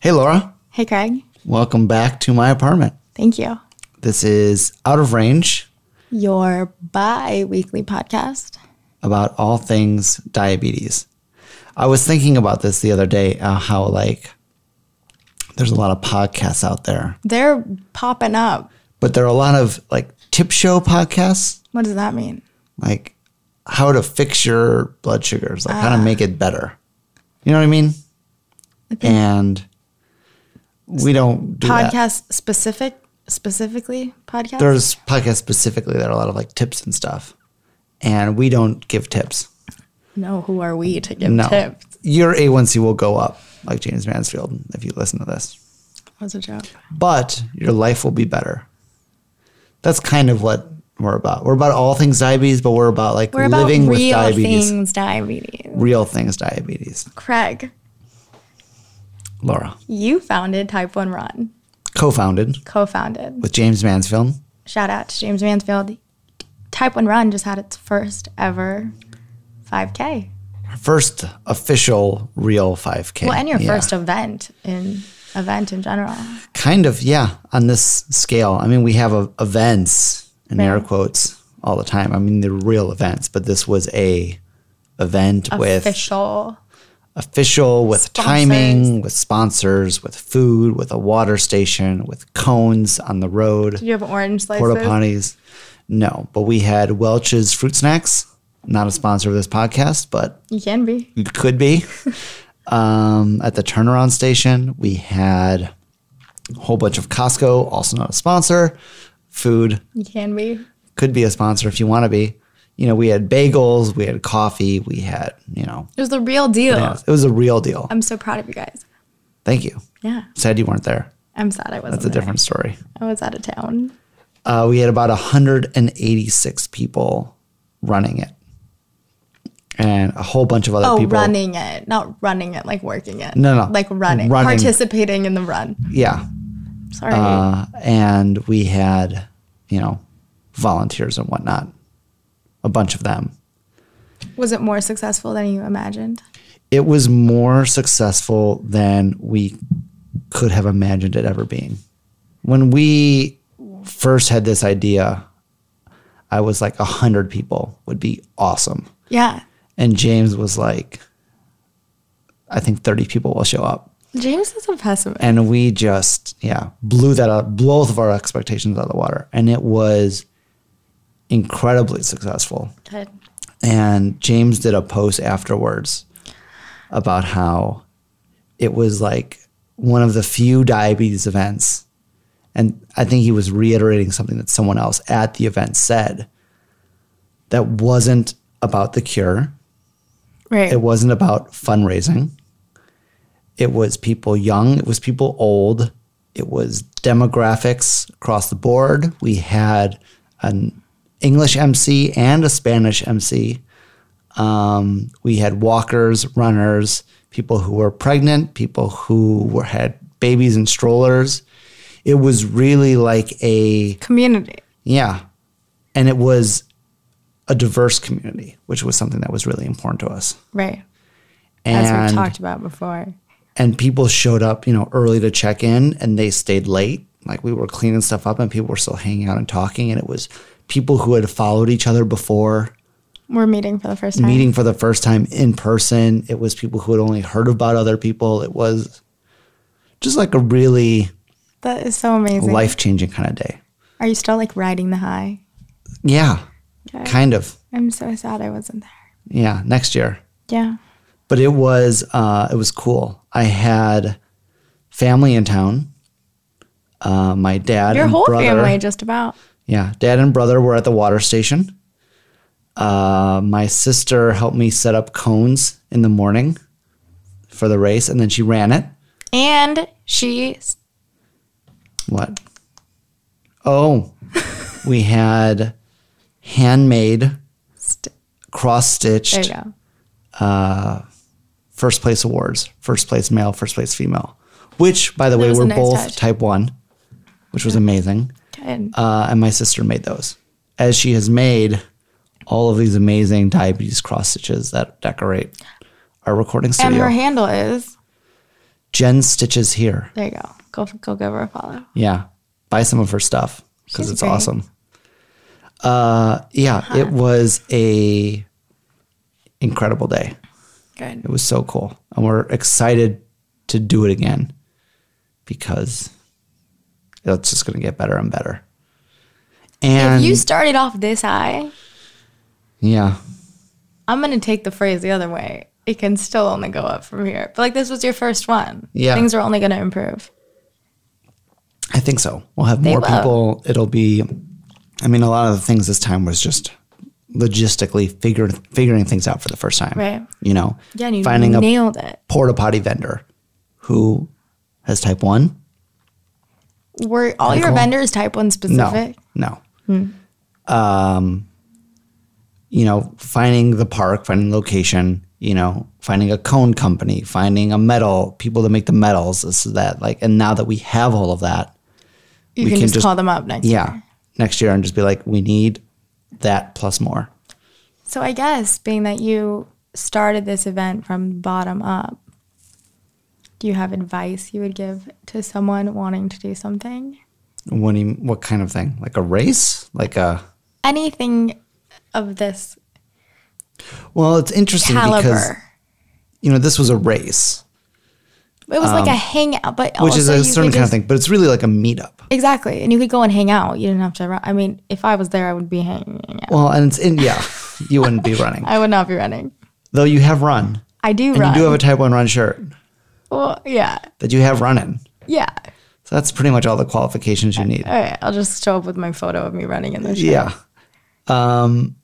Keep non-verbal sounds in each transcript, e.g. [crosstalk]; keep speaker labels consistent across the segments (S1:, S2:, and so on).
S1: Hey, Laura.
S2: Hey, Craig.
S1: Welcome back to my apartment.
S2: Thank you.
S1: This is Out of Range
S2: Your bi weekly podcast.
S1: about all things diabetes. I was thinking about this the other day uh, how, like, there's a lot of podcasts out there,
S2: They're popping up.
S1: but there are a lot of like tip show podcasts,
S2: What does that mean?
S1: like how to fix your blood sugars, like how to make it better. You know what I mean? And we don't do that.
S2: Podcast specific, specifically podcast?
S1: there's podcasts specifically that are a lot of like tips and stuff, and we don't give tips.
S2: no, who are we to give
S1: No,
S2: tips?
S1: your A1C will go up, like James Mansfield, if you listen to this.
S2: That was a joke.
S1: But your life will be better. That's kind of what we're about. We're about all things diabetes, but we're about like
S2: We're about
S1: living with
S2: real
S1: diabetes,
S2: things, diabetes.
S1: real things diabetes.
S2: Craig,
S1: Laura
S2: you founded Type 1 Run,
S1: co-founded
S2: co founded.
S1: with James Mansfield.
S2: Shout out to James Mansfield. Type 1 Run just had its first ever 5K.
S1: Our First official real 5K.
S2: Well, and your
S1: Yeah.
S2: first event in event in general.
S1: Kind of, yeah, on this scale. I mean, we have a, events in air quotes all the time. I mean, they're real events, but this was a event with
S2: Official.
S1: official, with timing, with sponsors, with food, with a water station, with cones on the road,
S2: Do you have orange slices?
S1: porta potties. No, but we had Welch's fruit snacks. Not a sponsor of this podcast, but
S2: You can be.
S1: it could
S2: [laughs]
S1: be. um, at the turnaround station, we had a whole bunch of Costco, also not a sponsor. Food
S2: You can be.
S1: could be a sponsor if you want to be. You know, we had bagels, we had coffee, we had, you know,
S2: It was the real deal.
S1: it was a real deal.
S2: I'm so proud of you guys.
S1: Thank you.
S2: Yeah.
S1: Sad you weren't there.
S2: I'm sad I wasn't.
S1: It's a
S2: there.
S1: different story.
S2: I was out of town.
S1: Uh, we had about 186 people running it and a whole bunch of other
S2: Oh,
S1: people.
S2: running it. Not running it, like working it.
S1: No, no.
S2: Like running.
S1: Running.
S2: Participating in the run.
S1: Yeah.
S2: Sorry.
S1: uh, and we had you know volunteers and whatnot a bunch of them
S2: was it more successful than you imagined?
S1: it was more successful than we could have imagined it ever being when we first had this idea i was like 100 people would be awesome
S2: Yeah.
S1: and james was like i think 30 people will show up
S2: James is a pessimist.
S1: and we just yeah blew that up both of our expectations out of the water and it was incredibly successful
S2: Good.
S1: and james did a post afterwards about how it was like one of the few diabetes events and i think he was reiterating something that someone else at the event said that wasn't about the cure
S2: Right.
S1: it wasn't about fundraising. It was people young, it was people old, it was demographics across the board. We had an English MC and a Spanish MC. Um, we had walkers, runners, people who were pregnant, people who were, had babies in strollers. It was really like a
S2: Community.
S1: yeah. And it was a diverse community, which was something that was really important to us
S2: Right.
S1: and
S2: As we've talked about before.
S1: and people showed up you know early to check in and they stayed late like we were cleaning stuff up and people were still hanging out and talking and it was people who had followed each other before
S2: We're meeting for the first time.
S1: meeting for the first time in person it was people who had only heard about other people it was just like a really
S2: That is so amazing.
S1: life-changing kind of day
S2: Are you still like riding the high?
S1: yeah kind of
S2: I'm so sad I wasn't there.
S1: yeah next year
S2: Yeah.
S1: but it was uh, it was cool i had family in town uh, my dad
S2: Your
S1: and
S2: whole
S1: brother,
S2: family, just about.
S1: Yeah, dad and brother were at the water station. Uh, my sister helped me set up cones in the morning for the race, and then she ran it.
S2: And she
S1: What? Oh,
S2: [laughs]
S1: we had handmade,
S2: St-
S1: cross
S2: There
S1: stitched
S2: you go.
S1: first place awards first place male, first place female, which, by the way,
S2: was a
S1: were
S2: nice
S1: both
S2: touch.
S1: type one, which was amazing.
S2: Good.
S1: uh, and my sister made those. As she has made all of these amazing diabetes cross stitches that decorate our recording
S2: and her
S1: studio.
S2: handle is
S1: Jen Stitches Here.
S2: There you go. Go go give her a follow.
S1: Yeah. Buy some of her stuff because
S2: She's
S1: it's
S2: great. Uh-huh.
S1: awesome. Uh, yeah, it was a incredible day.
S2: Good.
S1: It was so cool. And we're excited to do it again because it's just going to get better and better. And
S2: if you started off this high,
S1: yeah,
S2: I'm gonna take the phrase the other way. It can still only go up from here. But like this was your first one.
S1: Yeah.
S2: Things are only gonna improve.
S1: I think so. We'll have more
S2: will.
S1: people. It'll be, I mean, a lot of the things this time was just logistically figure, figuring things out for the first time.
S2: Right.
S1: You know,
S2: Yeah, and you
S1: finding a
S2: nailed it.
S1: porta potty vendor who has type one.
S2: Were all your
S1: cool.
S2: vendors type one
S1: No,
S2: specific?
S1: no. Um,
S2: Hmm.
S1: you know, finding the park, finding location, you know, finding a cone company, finding a metal, people that make the metals, this is that like, and now that we have all of that,
S2: You
S1: We
S2: can,
S1: can
S2: just,
S1: just-
S2: call them up next.
S1: yeah, next year and just be like, we need that plus more.
S2: So I guess being that you started this event from bottom up, do you have advice you would give to someone wanting to do something?
S1: What do you, what kind of thing? Like a race? Like a
S2: Anything of this
S1: well, it's interesting
S2: caliber.
S1: because you know this was a race,
S2: it was like a hangout, but
S1: um, which is
S2: also
S1: a
S2: you
S1: certain
S2: could
S1: kind of
S2: just-
S1: thing, but it's really like a meetup.
S2: Exactly, and you could go and hang out. You didn't have to. Run. I mean, if I was there, I would be hanging out.
S1: Well, and it's in yeah, you wouldn't be
S2: [laughs]
S1: running
S2: I would not be running.
S1: though. You have run.
S2: I do
S1: And
S2: run.
S1: you do have a type one run shirt
S2: well, yeah,
S1: that you have running.
S2: yeah.
S1: So that's pretty much all the qualifications you
S2: [laughs]
S1: need.
S2: All right, I'll just show up with my photo of me running in the shirt.
S1: Yeah. Um,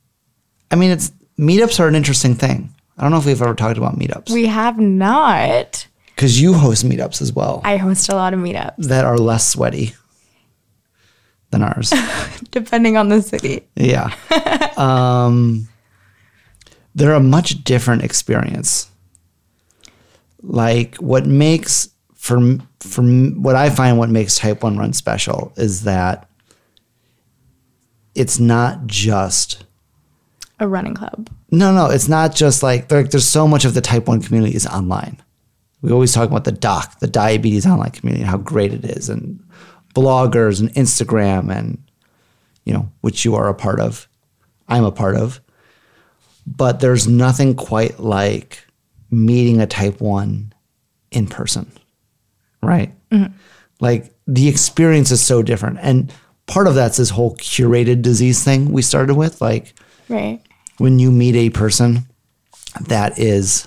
S1: I mean, it's meetups are an interesting thing. I don't know if we've ever talked about meetups
S2: We have not.
S1: because you host meetups as well
S2: I host a lot of meetups,
S1: that are less sweaty than ours.
S2: [laughs] depending on the city.
S1: yeah. Um, they're a much different experience. Like what makes for for what I find what makes Type One Run special is that it's not just
S2: A running club.
S1: no no it's not just like there- there's so much of the Type One community is online. We always talk about the doc, the diabetes online community, and how great it is, and bloggers and Instagram and you know, which you are a part of, I'm a part of. But there's nothing quite like meeting a type one in person, right? Like the experience is so different. And part of that's this whole curated disease thing we started with. Like
S2: Right.
S1: when you meet a person that is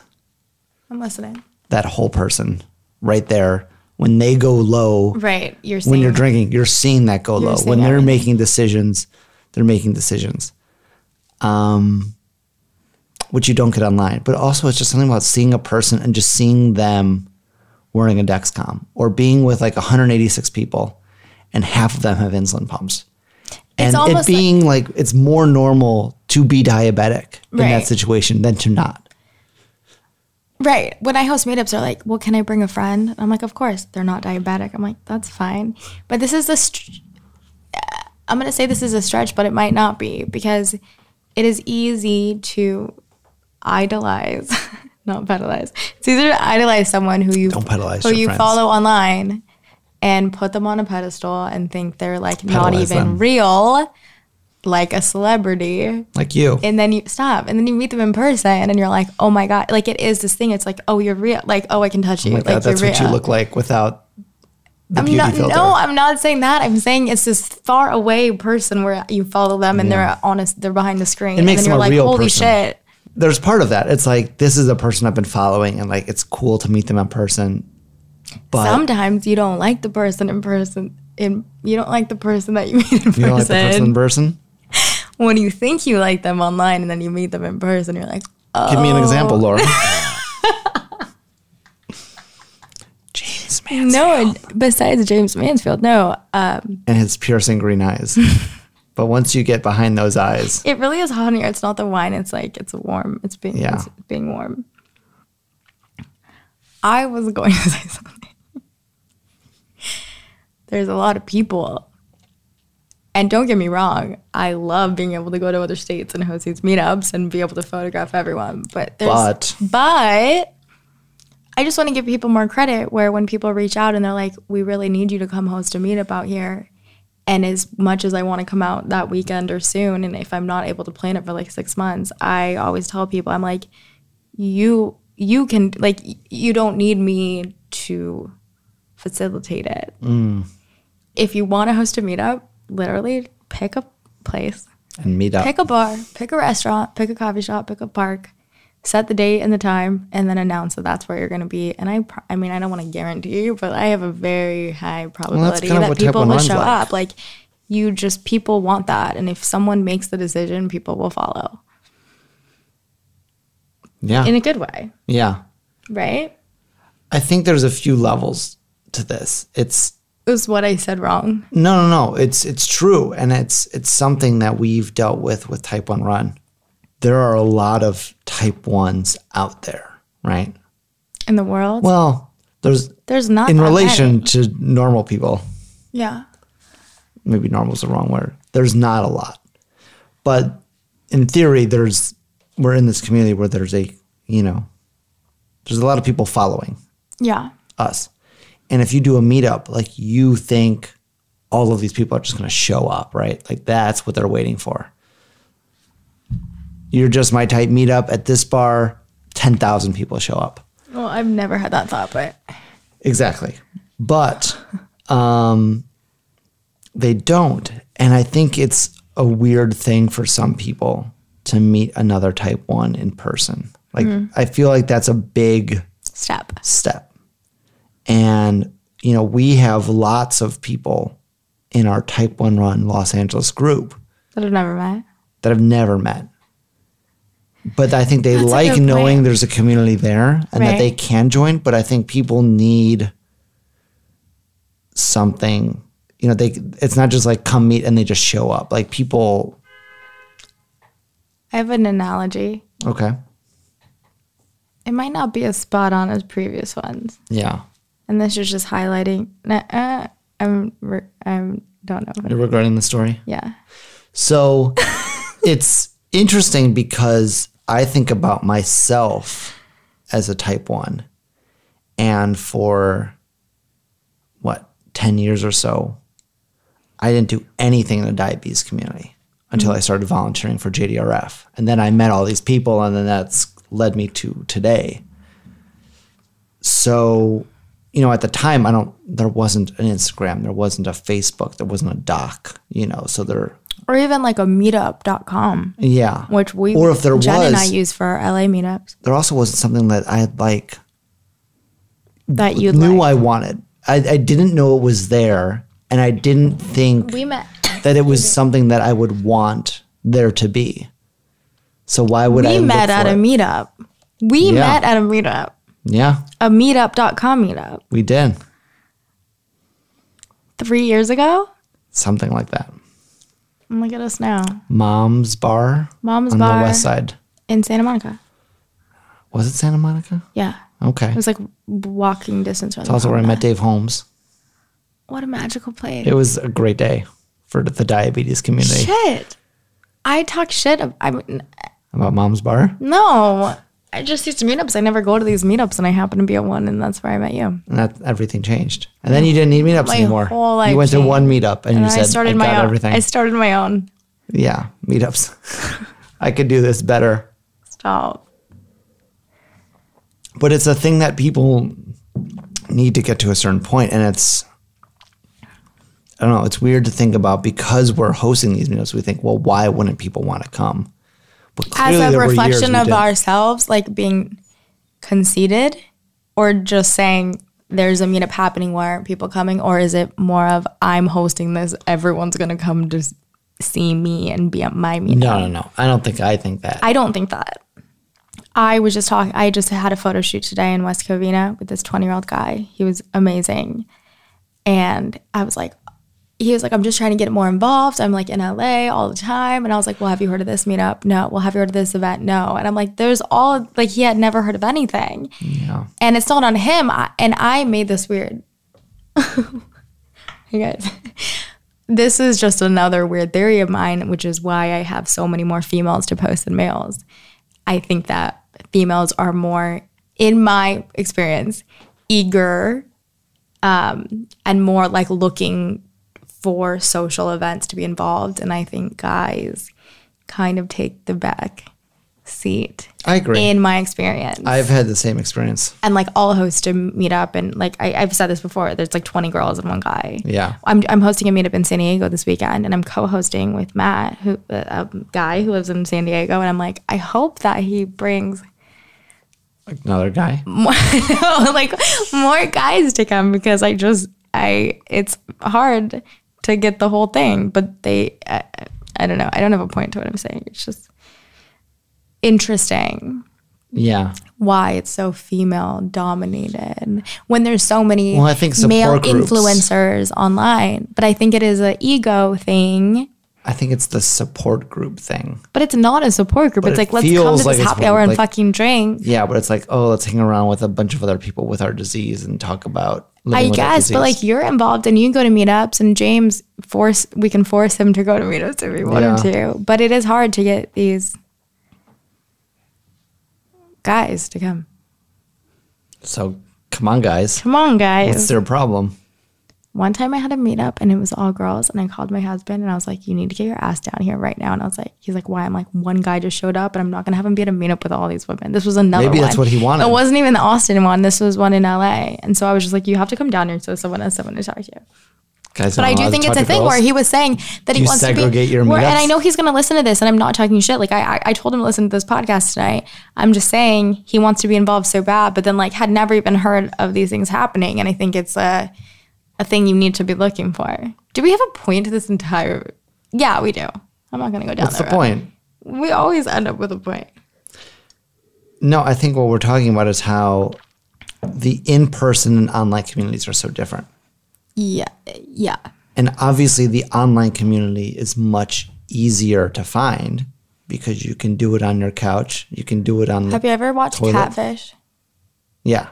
S2: I'm listening.
S1: that whole person right there, when they go low,
S2: Right. You're
S1: when
S2: seeing
S1: you're drinking, you're seeing that go low.
S2: seeing
S1: When they're
S2: everything.
S1: making decisions, they're making decisions, um, which you don't get online. But also, it's just something about seeing a person and just seeing them wearing a Dexcom or being with like 186 people, and half of them have insulin pumps. And it
S2: almost like-
S1: being like, it's more normal to be diabetic in that
S2: Right.
S1: situation than to not.
S2: Right. When I host meetups, they're like, well, can I bring a friend? I'm like, of course. They're not diabetic. I'm like, that's fine. But this is a, str- I'm going to say this is a stretch, but it might not be because it is easy to idolize, [laughs] not pedalize. It's easier to idolize someone who you,
S1: Don't pedalize
S2: who
S1: your
S2: you
S1: friends.
S2: follow online and put them on a pedestal and think they're like not
S1: Pedalize
S2: even
S1: them.
S2: real, like a celebrity
S1: Like you.
S2: and then you stop and then you meet them in person and you're like oh my god like it is this thing it's like oh you're real like oh i can touch you
S1: like that.
S2: like
S1: That's
S2: you're
S1: what you look like without the
S2: i'm
S1: beauty
S2: not
S1: filter.
S2: no i'm not saying that i'm saying it's this far away person where you follow them and they're on a, they're behind the screen and
S1: makes
S2: then
S1: them
S2: you're
S1: a
S2: like
S1: real
S2: holy
S1: person.
S2: shit
S1: there's part of that. It's like this is a person I've been following, and like it's cool to meet them in person. But
S2: sometimes you don't like the person in person in you don't like the person that you meet in person,
S1: you don't like the person in person.
S2: when you think you like them online and then you meet them in person you're like
S1: Give me an example, Laura. [laughs] James man
S2: no and besides james mansfield no
S1: and his piercing green eyes. but once you get behind those eyes,
S2: It really is hot in here. It's not the wine. It's like it's warm. It's being
S1: Yeah.
S2: it's being warm. I was going [laughs] to say something. There's a lot of people, and don't get me wrong. I love being able to go to other states and host these meetups and be able to photograph everyone. But there's
S1: But-
S2: but I just want to give people more credit where when people reach out and they're like, we really need you to come host a meetup out here. And as much as I want to come out that weekend or soon, and if I'm not able to plan it for like six months, I always tell people, I'm like, you you can like you don't need me to facilitate it. If you want to host a meetup, literally pick a place,
S1: and meet up.
S2: pick a bar, pick a restaurant, pick a coffee shop, pick a park, set the date and the time, and then announce that that's where you're going to be. And I, pro- I mean, I don't want to guarantee you, but I have a very high probability
S1: kind of
S2: that
S1: what Type
S2: people
S1: 1
S2: will
S1: runs
S2: show
S1: like.
S2: up. Like, you just people want that, and if someone makes the decision, people will follow
S1: yeah.
S2: in a good way,
S1: yeah.
S2: right?
S1: I think there's a few levels to this. It's
S2: Is what I said wrong?
S1: no, no, no. It's it's true, and it's it's something that we've dealt with with Type One Run. There are a lot of Type Ones out there, right?
S2: in the world.
S1: Well, there's
S2: There's not
S1: in
S2: that many.
S1: relation to normal people.
S2: Yeah,
S1: Maybe normal is the wrong word. There's not a lot, but in theory, there's we're in this community where there's a you know there's a lot of people following
S2: yeah,
S1: us. And if you do a meetup, like you think all of these people are just going to show up, right? Like that's what they're waiting for. You're just my type meetup at this bar, 10,000 people show up.
S2: Well, I've never had that thought, but
S1: Exactly. But um, they don't. And I think it's a weird thing for some people to meet another type one in person. Like, I feel like that's a big
S2: step.
S1: step. And, you know, we have lots of people in our Type 1 Run Los Angeles group
S2: That I've never met.
S1: that have never met. But I think they
S2: That's a
S1: like
S2: good
S1: knowing
S2: point.
S1: there's a community there and that
S2: Right.
S1: they can join. But I think people need something. You know, they it's not just like come meet and they just show up. Like people,
S2: I have an analogy.
S1: okay,
S2: It might not be as spot on as previous ones,
S1: yeah.
S2: and this is just highlighting. Nah, uh, I'm re- I'm don't know.
S1: You're regretting the story.
S2: Yeah,
S1: So it's interesting because I think about myself as a type one. And for what, 10 years or so, I didn't do anything in the diabetes community until I started volunteering for JDRF. And then I met all these people, and then that's led me to today. So, you know, at the time, I don't, there wasn't an Instagram, there wasn't a Facebook, there wasn't a doc, you know, so there,
S2: or even like a meetup.com,
S1: yeah.
S2: which we
S1: or if there
S2: Jen
S1: was,
S2: and I use for our LA meetups
S1: there also wasn't something that I like
S2: that you
S1: knew
S2: like.
S1: I wanted. I, I didn't know it was there, and I didn't think
S2: we met.
S1: that it was something that I would want there to be. So why would I
S2: We
S1: look
S2: met
S1: for
S2: at a
S1: it?
S2: meetup. We
S1: Yeah.
S2: met at a meetup,
S1: Yeah,
S2: a meetup.com meetup
S1: we did
S2: three years ago.
S1: something like that.
S2: Oh my goodness, now
S1: Mom's bar
S2: Mom's
S1: on
S2: Bar.
S1: the west side.
S2: in Santa Monica.
S1: Was it Santa Monica?
S2: Yeah.
S1: Okay,
S2: It
S1: it's
S2: was like walking distance from the
S1: Oh. also where I
S2: Promenade.
S1: met Dave Holmes.
S2: What a magical place.
S1: It was a great day for the diabetes community
S2: Shit. I talk shit. ab- I mean,
S1: about Mom's bar,
S2: no. I just used to meetups. I never go to these meetups, and I happen to be at one, and that's where I met you.
S1: and that everything changed. And then you didn't need meetups
S2: My
S1: anymore.
S2: whole life
S1: you went to
S2: changed.
S1: one meetup and,
S2: And
S1: you said,
S2: I started
S1: I
S2: my
S1: got
S2: own.
S1: everything.
S2: I started my own.
S1: yeah, meetups. [laughs] I could do this better.
S2: Stop.
S1: But it's a thing that people need to get to a certain point, and it's I don't know. It's weird to think about because we're hosting these meetups. We think, well, why wouldn't people want to come? But
S2: As
S1: clearly
S2: a
S1: there were years
S2: reflection
S1: we
S2: of
S1: didn't.
S2: ourselves, like being conceited, or just saying there's a meetup happening, why aren't people coming? Or is it more of I'm hosting this, everyone's gonna come to s- see me and be at my meetup?
S1: no, no, no. I don't think I think that.
S2: I don't think that. I was just talking. I just had a photo shoot today in West Covina with this 20 year old guy. He was amazing. And I was like, he was like, I'm just trying to get more involved. I'm like in LA all the time. And I was like, well, have you heard of this meetup? No. Well, have you heard of this event? No. And I'm like, there's all, like, he had never heard of anything.
S1: yeah,
S2: And it's not on him. I, and I made this weird. [laughs] you guys, this is just another weird theory of mine, which is why I have so many more females to post than males. I think that females are more in my experience, eager um, and more like looking for social events to be involved. And I think guys kind of take the back seat
S1: I agree.
S2: in my experience.
S1: I've had the same experience.
S2: and like all host a meetup and like I, I've said this before, there's like 20 girls and one guy.
S1: Yeah.
S2: I'm, I'm hosting a meetup in San Diego this weekend and I'm co-hosting with Matt, who a a guy who lives in San Diego, and I'm like, I hope that he brings [laughs]
S1: Another guy.
S2: more, like more guys to come because I just I it's hard to get the whole thing, but they I, I don't know. I don't have a point to what I'm saying. It's just interesting
S1: Yeah.
S2: why it's so female dominated when there's so many
S1: Well, I think support
S2: male
S1: groups.
S2: influencers online. But I think it is an ego thing.
S1: I think it's the support group thing.
S2: But it's not a support group. it's
S1: it
S2: like let's come
S1: feels
S2: to
S1: like
S2: this
S1: it's
S2: happy
S1: one-
S2: hour and
S1: like-
S2: fucking drink.
S1: Yeah, but it's like, oh, let's hang around with a bunch of other people with our disease and talk about. living
S2: I
S1: with that
S2: guess, but
S1: disease.
S2: like you're involved and you go to meetups, and James force we can force him to go to meetups if we wanted to. But it is hard to get these guys to come.
S1: so come on, guys.
S2: Come on,
S1: What's
S2: guys.
S1: their problem?
S2: One time I had a meetup and it was all girls, and I called my husband and I was like, "You need to get your ass down here right now." And I was like, "He's like, why?" I'm like, "One guy just showed up, and I'm not gonna have him be at a meetup with all these women." This was another.
S1: Maybe
S2: one.
S1: that's what he wanted.
S2: It wasn't even the Austin one. This was one in LA, and so I was just like, "You have to come down here so someone has someone to talk to."
S1: Guys,
S2: But
S1: not
S2: I do
S1: allowed to
S2: think
S1: talk
S2: it's a
S1: to
S2: thing
S1: girls?
S2: where he was saying that he
S1: you
S2: wants to
S1: segregate
S2: be.
S1: your
S2: where- and
S1: meetups?
S2: I know he's going to listen to this, and I'm not talking shit. Like I, I, I told him to listen to this podcast tonight. I'm just saying he wants to be involved so bad, but then like had never even heard of these things happening, and I think it's a, a thing you need to be looking for. Do we have a point to this entire? Yeah, we do. I'm not going to go down.
S1: What's the
S2: that road.
S1: point?
S2: We always end up with a point.
S1: No, I think what we're talking about is how the in-person and online communities are so different.
S2: Yeah, yeah,
S1: And obviously, the online community is much easier to find because you can do it on your couch. You can do it on
S2: Have
S1: the.
S2: you ever watched
S1: Toilet.
S2: Catfish?
S1: Yeah.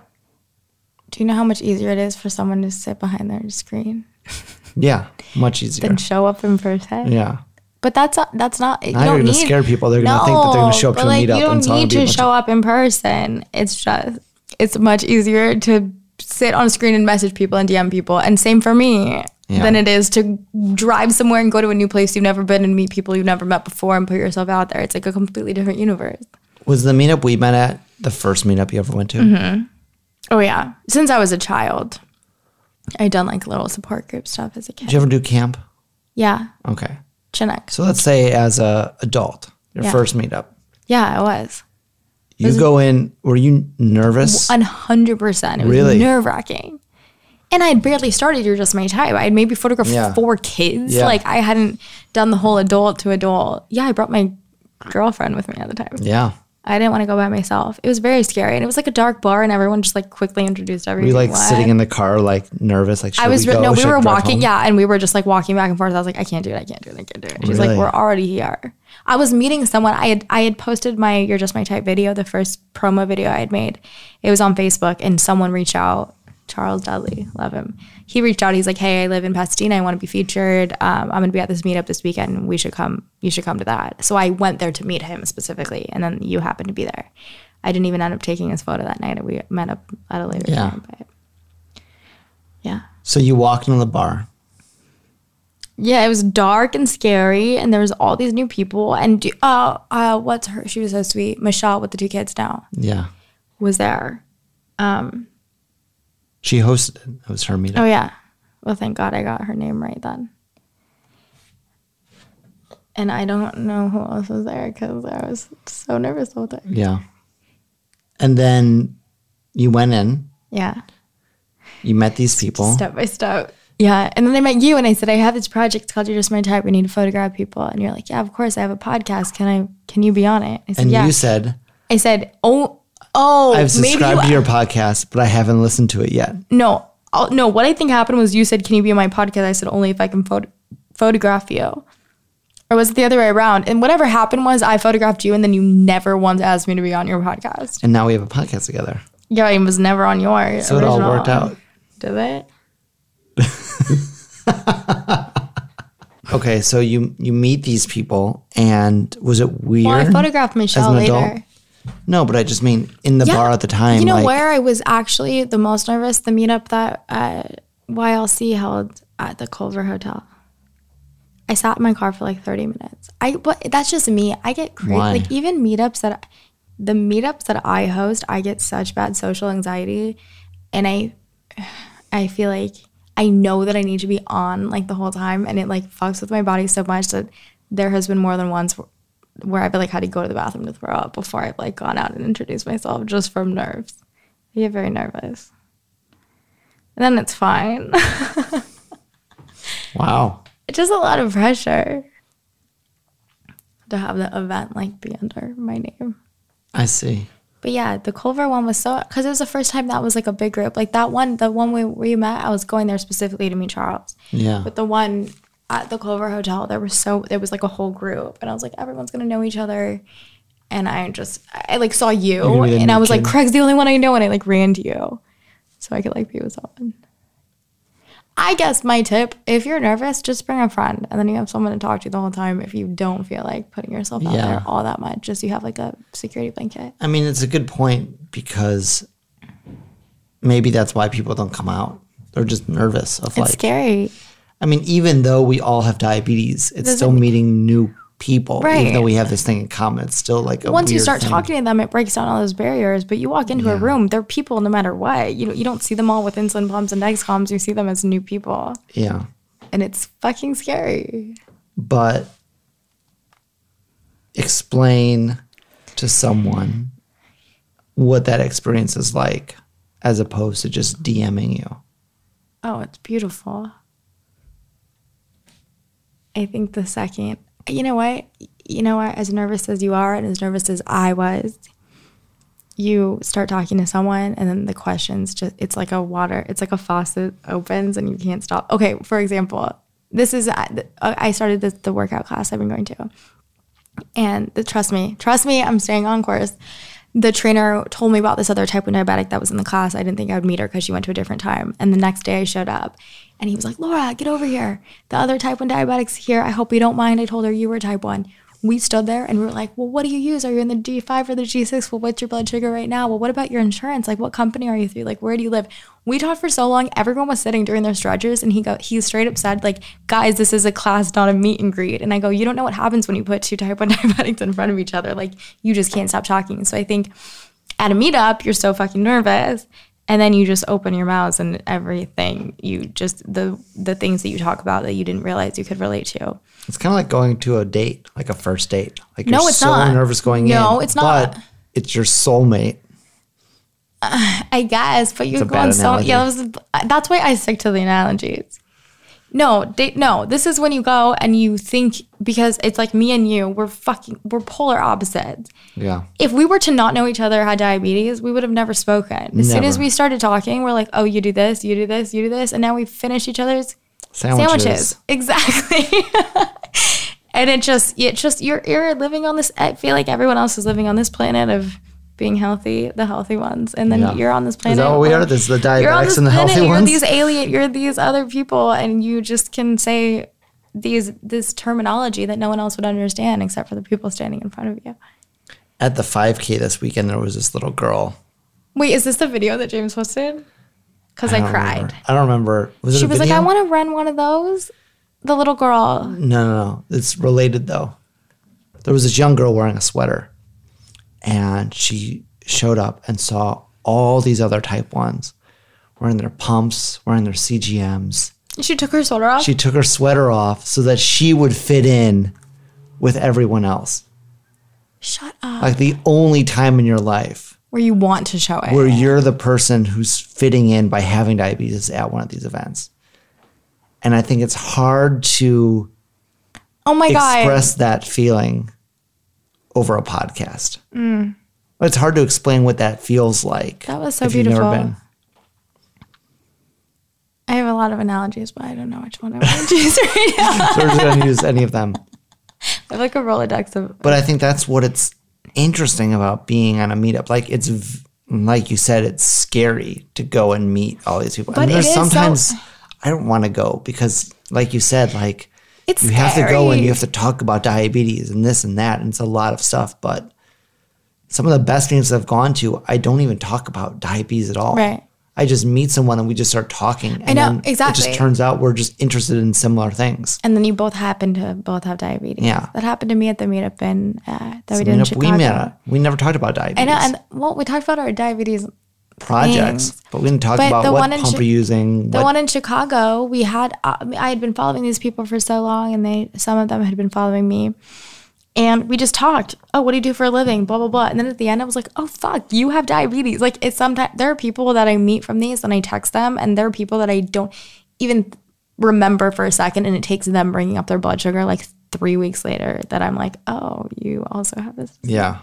S2: Do you know how much easier it is for someone to sit behind their screen
S1: Yeah. Much easier.
S2: than show up in person?
S1: yeah.
S2: But that's not, that's not. You
S1: Now you're
S2: don't
S1: gonna
S2: need-
S1: scare people. They're gonna think that they're gonna show up
S2: but,
S1: to a
S2: like,
S1: meetup
S2: You
S1: and
S2: don't
S1: it's all gonna
S2: need
S1: be a
S2: to
S1: bunch
S2: show up in person. It's just it's much easier to sit on a screen and message people and DM people, and same for me.
S1: Yeah.
S2: Than it is to drive somewhere and go to a new place you've never been and meet people you've never met before and put yourself out there. It's like a completely different universe.
S1: Was the meetup we met at the first meetup you ever went to?
S2: Mm-hmm. Oh yeah, since I was a child, I'd done like little support group stuff as a
S1: Did
S2: kid.
S1: you ever do camp?
S2: Yeah,
S1: Okay.
S2: Chinook.
S1: So let's say as a adult, your
S2: Yeah.
S1: first meetup,
S2: Yeah, I was.
S1: you go in. Were you nervous?
S2: One hundred percent. It was
S1: Really?
S2: nerve wracking. And I had barely started You're Just My Type. I had maybe photographed
S1: Yeah.
S2: four kids.
S1: Yeah.
S2: Like I hadn't done the whole adult to adult. Yeah, I brought my girlfriend with me at the time.
S1: yeah.
S2: I didn't want to go by myself. It was very scary. And it was like a dark bar and everyone just like quickly introduced
S1: Were
S2: everyone.
S1: you like sitting in the car, like nervous? Like should
S2: I was
S1: we
S2: re-
S1: go?
S2: no, we
S1: Should
S2: were
S1: drive
S2: walking,
S1: home?
S2: yeah, and we were just like walking back and forth. I was like, I can't do it, I can't do it, I can't do it. She's
S1: Really?
S2: like, we're already here. I was meeting someone. I had I had posted my "You're Just My Type" video, the first promo video I had made. It was on Facebook, and someone reached out. Charles Dudley, love him. He reached out. He's like, Hey, I live in Pasadena. I want to be featured. Um, I'm gonna be at this meetup this weekend. We should come. You should come to that. So I went there to meet him specifically, and then you happened to be there. I didn't even end up taking his photo that night. and We met up at a later
S1: Yeah.
S2: time, but yeah.
S1: So you walked into the bar.
S2: Yeah, it was dark and scary, and there was all these new people. And do, uh, uh, what's her? She was so sweet. Michelle with the two kids now
S1: Yeah.
S2: was there.
S1: She hosted it. It was her meetup.
S2: Oh yeah. Well, thank God I got her name right then. And I don't know who else was there because I was so nervous the whole time.
S1: Yeah. And then you went in,
S2: Yeah,
S1: you met these people.
S2: step by step. Yeah, and then I met you, and I said I have this project called "You're Just My Type." We need to photograph people, and you're like, "Yeah, of course. I have a podcast. Can I? Can you be on it?" I said,
S1: and
S2: "Yeah."
S1: you said,
S2: I said, "Oh, oh,
S1: I've
S2: maybe you
S1: subscribed to your podcast, but I haven't listened to it yet.
S2: no, I'll, no. What I think happened was you said, "Can you be on my podcast?" I said, "Only if I can photo- photograph you." Or was it the other way around? And whatever happened was I photographed you, and then you never once asked me to be on your podcast.
S1: And now we have a podcast together.
S2: Yeah, I was never on yours.
S1: So it all worked out.
S2: did it?
S1: Okay, so you you meet these people and was it weird?
S2: Well, I photographed Michelle later.
S1: adult? No, but I just mean in the
S2: Yeah.
S1: bar at the time.
S2: You know
S1: like,
S2: where I was actually the most nervous? The meetup that uh, YLC held at the Culver Hotel. I sat in my car for like 30 minutes. I but that's just me. I get crazy.
S1: Why?
S2: Like even meetups that the meetups that I host, I get such bad social anxiety and I I feel like I know that I need to be on like the whole time and it like fucks with my body so much that there has been more than once wh- where I've like had to go to the bathroom to throw up before I've like gone out and introduced myself just from nerves. I get very nervous. And then it's fine. [laughs]
S1: Wow.
S2: it's just a lot of pressure to have the event like be under my name.
S1: I see.
S2: But yeah, the Culver one was so because it was the first time that was like a big group. Like that one, the one we, we met, I was going there specifically to meet Charles.
S1: Yeah.
S2: But the one at the Culver Hotel, there was so there was like a whole group, and I was like, everyone's gonna know each other. And I just I like saw you,
S1: gonna be the
S2: and I
S1: new
S2: was like,
S1: kid.
S2: Craig's the only one I know, and I like ran to you, so I could like be with someone. I guess my tip: if you're nervous, just bring a friend, and then you have someone to talk to the whole time. If you don't feel like putting yourself out
S1: Yeah.
S2: there all that much, just you have like a security blanket.
S1: I mean, it's a good point because maybe that's why people don't come out. They're just nervous of
S2: It's
S1: like.
S2: scary.
S1: I mean, even though we all have diabetes, it's still meeting new people. Even
S2: Right.
S1: though we have this thing in common, it's still like a
S2: once you
S1: weird
S2: start
S1: thing.
S2: talking to them, it breaks down all those barriers. But you walk into a room, they're people no matter what. You know, you don't see them all with insulin pumps and Dexcoms. You see them as new people,
S1: Yeah,
S2: and it's fucking scary.
S1: but explain to someone what that experience is like, as opposed to just DMing you.
S2: Oh, it's beautiful. I think the second, you know what, you know what, as nervous as you are, and as nervous as I was, you start talking to someone, and then the questions just, it's like a water, it's like a faucet opens and you can't stop. Okay, for example, this is, I I started this, the workout class I've been going to. And the, trust me, trust me, I'm staying on course. The trainer told me about this other type 1 diabetic that was in the class. I didn't think I would meet her because she went to a different time. And the next day I showed up and he was like, Laura, get over here. The other type 1 diabetic's here. I hope you don't mind. I told her you were type 1. We stood there and we were like, well, what do you use? Are you in the G5 or the G6? Well, what's your blood sugar right now? Well, what about your insurance? Like, what company are you through? Like, where do you live? We talked for so long. Everyone was sitting during their stretches, and he go, he straight up said, like, guys, this is a class, not a meet and greet. And I go, you don't know what happens when you put two type one [laughs] diabetics in front of each other. Like, you just can't stop talking. So I think at a meetup, you're so fucking nervous, and then you just open your mouths and everything. You just the the things that you talk about that you didn't realize you could relate to.
S1: It's kind of like going to a date, like a first date. Like
S2: No,
S1: you're
S2: it's
S1: so
S2: not.
S1: nervous going in.
S2: No, it's not.
S1: But it's your soulmate.
S2: I guess, but you're
S1: a bad
S2: going so
S1: analogy.
S2: yeah. That was, that's why I stick to the analogies. No, date no. This is when you go and you think because it's like me and you. We're fucking. We're polar opposites.
S1: Yeah.
S2: If we were to not know each other had diabetes, we would have never spoken. As soon as
S1: Never.
S2: we started talking, we're like, "Oh, you do this, you do this, you do this," and now we finish each other's sandwiches. Exactly. [laughs] and it just, it just, you're, you're living on this. I feel like everyone else is living on this planet of being healthy, the healthy ones, and then
S1: Yeah.
S2: you're on this planet.
S1: what we
S2: where
S1: are? This- the
S2: you're on
S1: diabetics
S2: this
S1: and the
S2: planet,
S1: healthy
S2: you're
S1: ones?
S2: These alien, you're these other people, and you just can say these this terminology that no one else would understand except for the people standing in front of you.
S1: At the 5K this weekend, there was this little girl.
S2: Wait, is this the video that James posted? Because I,
S1: don't
S2: cried.
S1: remember. I don't remember. Was it
S2: She
S1: a
S2: was
S1: video?
S2: like, "I want to run one of those." The little girl.
S1: No, no, no. It's related though. There was this young girl wearing a sweater, and she showed up and saw all these other Type Ones wearing their pumps, wearing their CGMs.
S2: She took her sweater off.
S1: She took her sweater off so that she would fit in with everyone else.
S2: Shut up.
S1: Like the only time in your life
S2: Where you want to show it.
S1: where you're the person who's fitting in by having diabetes at one of these events. And I think it's hard to
S2: oh my god.
S1: express that feeling over a podcast. It's hard to explain what that feels like.
S2: Mm. That was so
S1: if you've never
S2: beautiful.
S1: been.
S2: I have a lot of analogies, but I don't know which one I [laughs] want to use right now.
S1: [laughs] So we're just going to use any of them.
S2: I have like a Rolodex of
S1: But I think that's what it's interesting about being on a meetup. Like it's v- like you said, it's scary to go and meet all these people.
S2: But
S1: and
S2: it
S1: there's
S2: is so-
S1: sometimes I don't want to go because, like you said, like
S2: It's
S1: you have to go and
S2: scary.
S1: you have to talk about diabetes and this and that, and it's a lot of stuff. But some of the best meetups I've gone to, I don't even talk about diabetes at all.
S2: Right.
S1: I just meet someone and we just start talking. And
S2: know,
S1: then It
S2: exactly.
S1: just turns out we're just interested in similar things.
S2: And then you both happen to both have diabetes.
S1: Yeah.
S2: That happened to me at the meetup in uh, that we did in
S1: Meetup,
S2: Chicago.
S1: we met. at- We never talked about diabetes
S2: I know, and well, we talked about our diabetes.
S1: projects,
S2: things.
S1: but we didn't talk
S2: But
S1: about
S2: the
S1: what
S2: one in
S1: pump
S2: Chi-
S1: are you using.
S2: The
S1: what,
S2: one in Chicago, we had uh, I had been following these people for so long, and they some of them had been following me, and we just talked. Oh, what do you do for a living? Blah blah blah. And then at the end, I was like, oh fuck, you have diabetes. Like it's sometimes there are people that I meet from these, and I text them, and there are people that I don't even remember for a second, and it takes them bringing up their blood sugar like three weeks later that I'm like, oh, you also have this.
S1: yeah,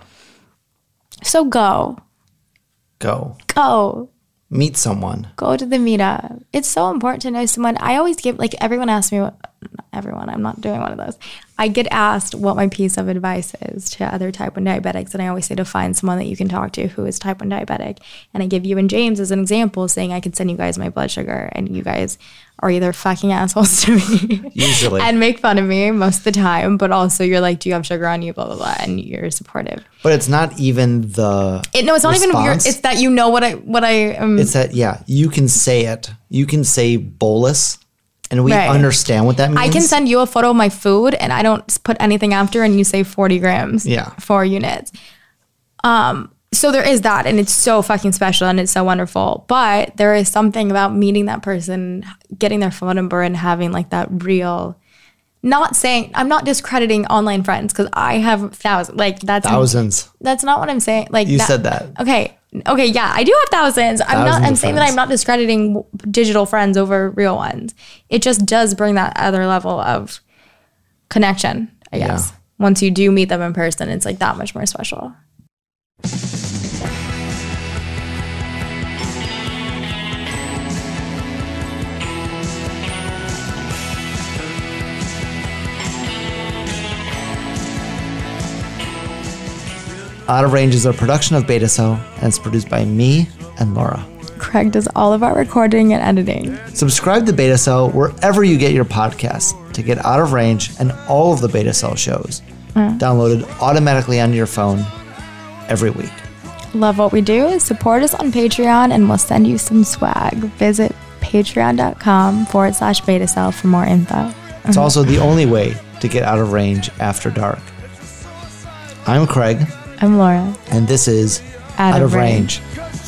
S2: So go,
S1: go
S2: go.
S1: meet someone.
S2: go to the meetup. It's so important to know someone. I always give like everyone asks me what not everyone, I'm not doing one of those. I get asked what my piece of advice is to other type 1 diabetics and I always say to find someone that you can talk to who is type 1 diabetic. And I give you and James as an example saying I can send you guys my blood sugar and you guys are either fucking assholes to me
S1: [laughs] Usually,
S2: [laughs] and make fun of me most of the time, but also you're like, do you have sugar on you, blah blah blah, and you're supportive.
S1: but it's not even the.
S2: It, no, it's not even weird.
S1: Response?
S2: It's that you know what I what I am
S1: It's that yeah, you can say it. You can say bolus, and we
S2: Right.
S1: understand what that means.
S2: I can send you a photo of my food and I don't s- put anything after and you say 40 grams.
S1: Yeah.
S2: Four units. Um, so there is that and it's so fucking special and it's so wonderful. But there is something about meeting that person, getting their phone number and having like that real not saying I'm not discrediting online friends because I have thousands like that's
S1: thousands.
S2: that's not what I'm saying. Like
S1: You said that.
S2: Okay. Okay. Yeah, I do have 1000s i I'm not.
S1: Thousands
S2: I'm
S1: of
S2: saying that
S1: friends.
S2: I'm not discrediting w- digital friends over real ones. It just does bring that other level of connection. I
S1: Yeah.
S2: guess once you do meet them in person, it's like that much more special.
S1: Out of Range is a production of Beta Cell, and it's produced by me and Laura.
S2: Craig does all of our recording and editing.
S1: Subscribe to Beta Cell wherever you get your podcasts to get out of range and all of the Beta Cell shows
S2: Mm.
S1: downloaded automatically onto your phone every week.
S2: Love what we do. Support us on Patreon, and we'll send you some swag. Visit patreon.com forward slash beta cell for more info.
S1: It's also the only way to get out of range after dark. I'm Craig,
S2: I'm Laura.
S1: and this is Out, of range.
S3: Cause